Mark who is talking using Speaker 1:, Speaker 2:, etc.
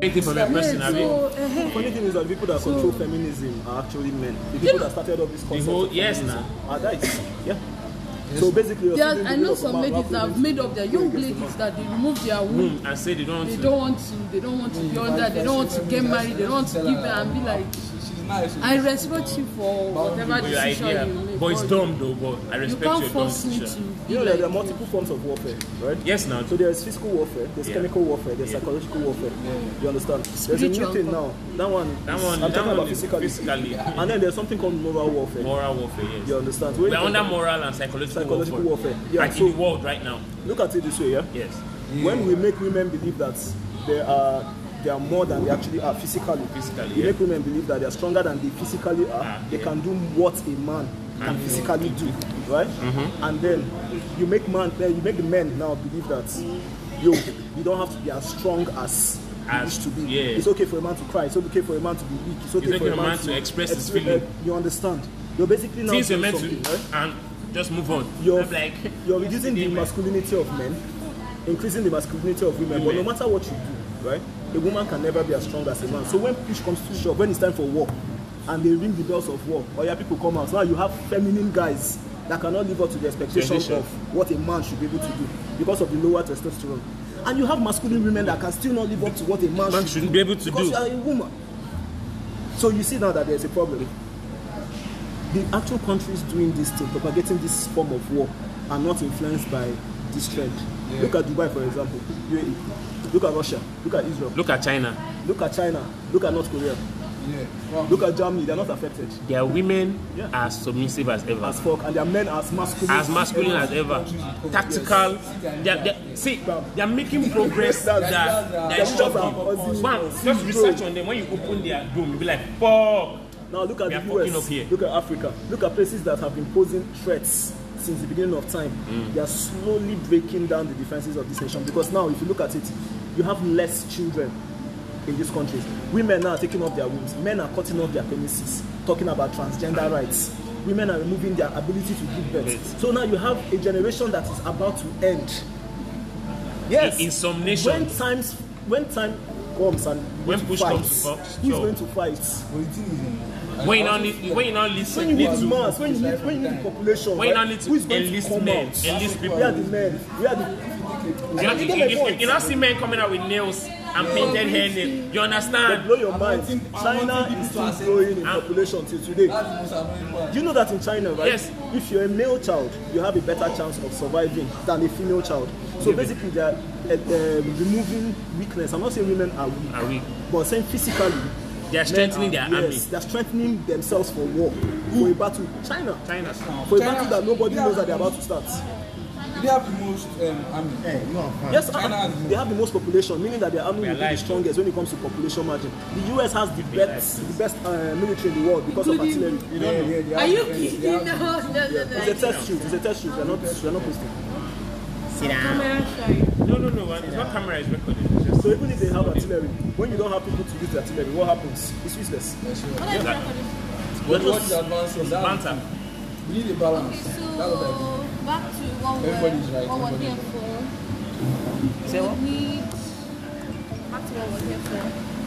Speaker 1: anything from that person,
Speaker 2: Yeah,
Speaker 1: have you?
Speaker 2: so, eh,
Speaker 3: Funny thing is that the people that control feminism are actually men. The people that started up this concept.
Speaker 1: whole-
Speaker 3: of
Speaker 1: yes,
Speaker 3: feminism
Speaker 1: nah.
Speaker 3: Are guys. Yeah. So basically, you're
Speaker 2: there
Speaker 3: saying
Speaker 2: are- I
Speaker 3: people
Speaker 2: know
Speaker 3: that
Speaker 2: some
Speaker 3: come out
Speaker 2: ladies that
Speaker 3: backwards
Speaker 2: have made up their young
Speaker 3: Yes,
Speaker 2: ladies that they remove their womb.
Speaker 1: Mm, I say they don't want
Speaker 2: They
Speaker 1: to.
Speaker 2: don't want to. They don't want to be under. They don't want to get married. They don't want to give her and be like,
Speaker 4: She's nice.
Speaker 2: I respect you for whatever
Speaker 1: Your
Speaker 2: decision
Speaker 1: idea.
Speaker 2: you make.
Speaker 1: But it's dumb though, but I
Speaker 2: You
Speaker 1: respect your
Speaker 2: can't
Speaker 1: dumb
Speaker 2: force me to.
Speaker 1: decision.
Speaker 2: be
Speaker 3: You know, that there are
Speaker 2: like-
Speaker 3: multiple forms of warfare, right?
Speaker 1: Yes, now.
Speaker 3: So there's physical warfare, there's
Speaker 1: Yeah.
Speaker 3: chemical warfare, there's
Speaker 1: Yeah.
Speaker 3: psychological warfare. You understand? There's a
Speaker 2: Spiritual.
Speaker 3: new thing now. That one,
Speaker 1: That
Speaker 3: is-
Speaker 1: one,
Speaker 3: I'm
Speaker 1: that
Speaker 3: talking
Speaker 1: one
Speaker 3: about
Speaker 1: is
Speaker 3: physically.
Speaker 1: physically.
Speaker 3: And then there's something called moral warfare.
Speaker 1: Moral warfare, yes.
Speaker 3: You understand?
Speaker 1: We're under moral and psychological,
Speaker 3: Psychological warfare. Yeah,
Speaker 1: Like
Speaker 3: so-
Speaker 1: in the world right now.
Speaker 3: Look at it this way, yeah?
Speaker 1: Yes.
Speaker 3: When we make women believe that they are they are more than they actually are physically.
Speaker 1: Physically,
Speaker 3: we
Speaker 1: yeah.
Speaker 3: make women believe that they are stronger than they physically are.
Speaker 1: Ah,
Speaker 3: they
Speaker 1: yeah.
Speaker 3: can do what a man can physically do, right?
Speaker 1: Mm-hmm.
Speaker 3: And then you make man, then you make the men now believe that yo, you don't have to be as strong as. you
Speaker 1: As-
Speaker 3: wish to be.
Speaker 1: yeah.
Speaker 3: It's okay for a man to cry. It's okay for a man to be weak. It's okay,
Speaker 1: okay for a man to express his
Speaker 3: expre-
Speaker 1: feeling.
Speaker 3: You understand? You're basically now
Speaker 1: Since you're
Speaker 3: saying
Speaker 1: meant to
Speaker 3: something, right?
Speaker 1: and just move on.
Speaker 3: you're,
Speaker 1: I'm like
Speaker 3: you're reducing the
Speaker 1: yesterday, man.
Speaker 3: masculinity of men, increasing the masculinity of women, but no
Speaker 1: Women.
Speaker 3: matter what you do, right, a woman can never be as strong as a man. So when push comes to shove, when it's time for war, and they ring the bells of war, or your people come out, now you have feminine guys that cannot live up to the expectation
Speaker 1: Tradition.
Speaker 3: of what a man should be able to do because of the lower testosterone. And you have masculine women that can still not live up to what a man,
Speaker 1: Man
Speaker 3: should
Speaker 1: shouldn't be able to do.
Speaker 3: because you are a woman. So you see now that there's a problem. The actual countries doing this thing, propagating this form of war, are not influenced by this trend. Yeah. Look at Dubai, for example, UAE. Look at Russia. Look at Israel.
Speaker 1: Look at China.
Speaker 3: Look at China. Look at North Korea.
Speaker 4: Yeah. Well,
Speaker 3: Look at Germany. They're not affected
Speaker 1: Their women
Speaker 3: Yeah.
Speaker 1: are submissive as ever.
Speaker 3: as fuck, and their men are as masculine.
Speaker 1: as masculine as ever. Tactical. They're, they're, see, they're making progress that,
Speaker 3: That's-
Speaker 1: that,
Speaker 3: that's-
Speaker 1: is
Speaker 3: that's
Speaker 1: shocking.
Speaker 3: our position.
Speaker 1: One, just research on them. When you open their dome, you'll be like, fuck.
Speaker 3: Now look at
Speaker 1: We are
Speaker 3: the
Speaker 1: fucking
Speaker 3: US,
Speaker 1: up here.
Speaker 3: look at Africa, look at places that have been posing threats since the beginning of time.
Speaker 1: Mm.
Speaker 3: They are slowly breaking down the defenses of this nation because now, if you look at it, you have less children in these countries. Women now are taking off their wombs, men are cutting off their penises, talking about transgender rights. Women are removing their ability to give birth. So now you have a generation that is about to end. Yes,
Speaker 1: In- in some
Speaker 3: When
Speaker 1: nations.
Speaker 3: times, when time comes and
Speaker 1: When push
Speaker 3: fight,
Speaker 1: comes to push,
Speaker 3: who's
Speaker 1: shove.
Speaker 3: going to fight?
Speaker 4: but the thing is, eh,
Speaker 1: When you
Speaker 4: I
Speaker 1: now
Speaker 4: also
Speaker 1: need,
Speaker 4: feel
Speaker 1: when you now
Speaker 3: when
Speaker 1: listen,
Speaker 3: you
Speaker 1: need
Speaker 3: need
Speaker 1: to,
Speaker 3: mass when you need when you need population
Speaker 1: when you now
Speaker 3: right,
Speaker 1: need
Speaker 3: who
Speaker 1: to
Speaker 3: is going to
Speaker 1: enlist
Speaker 3: come
Speaker 1: men,
Speaker 3: out
Speaker 1: enlist people.
Speaker 3: we are the men we are the
Speaker 1: You know,
Speaker 3: I
Speaker 1: you,
Speaker 3: get
Speaker 1: you,
Speaker 3: my
Speaker 1: you,
Speaker 3: point.
Speaker 1: you now see men coming out with nails and painted hairnails. You
Speaker 3: they
Speaker 1: understand?
Speaker 3: blow your
Speaker 4: I
Speaker 3: mind
Speaker 4: think- I want
Speaker 3: china
Speaker 4: people
Speaker 3: is
Speaker 4: to
Speaker 3: still
Speaker 4: accept-
Speaker 3: growing in
Speaker 1: Ah.
Speaker 3: population till today
Speaker 4: That's the most annoying part.
Speaker 3: do you know that in china right
Speaker 1: Yes.
Speaker 3: if you're a male child you have a better chance of surviving than a female child so basically they are uh, uh, removing weakness i'm not saying women are weak
Speaker 1: Are we?
Speaker 3: but saying physically
Speaker 1: Ah. They are strengthening their army.
Speaker 3: yes they're strengthening themselves for war for a battle china
Speaker 1: China.
Speaker 3: for a
Speaker 4: China-
Speaker 3: battle that nobody
Speaker 4: Yeah.
Speaker 3: knows that they're about to start.
Speaker 4: Do they have the most um, army?
Speaker 5: Hey, you are fine.
Speaker 3: Yes,
Speaker 4: China
Speaker 3: uh,
Speaker 4: has
Speaker 3: they have the most population, meaning that their army
Speaker 1: are
Speaker 3: will be the
Speaker 1: alive.
Speaker 3: strongest when it comes to population margin. The US has the best, the best uh, military in the world because of
Speaker 2: Including-
Speaker 3: artillery.
Speaker 4: You don't know. Yeah, they
Speaker 2: Are
Speaker 4: have
Speaker 2: you
Speaker 4: defense,
Speaker 2: kidding?
Speaker 4: they
Speaker 2: No,
Speaker 4: have-
Speaker 2: no, no, no.
Speaker 3: It's a test shoot. It's a test shoot. We're not, we're not posting.
Speaker 2: Camera shy.
Speaker 1: No, no, no. uh, It's not camera. It's recording. It's just-
Speaker 3: So even if they have artillery, when you don't have people to use the artillery, what happens? It's useless.
Speaker 1: we're
Speaker 4: What's
Speaker 1: just-
Speaker 4: the advantage?
Speaker 1: it's
Speaker 4: That's-
Speaker 1: banter.
Speaker 4: We need a balance. That's what I think.
Speaker 6: So back to what we're,
Speaker 4: Everybody's right,
Speaker 6: what we're here
Speaker 4: everybody's
Speaker 6: for. we need back to what we're here for.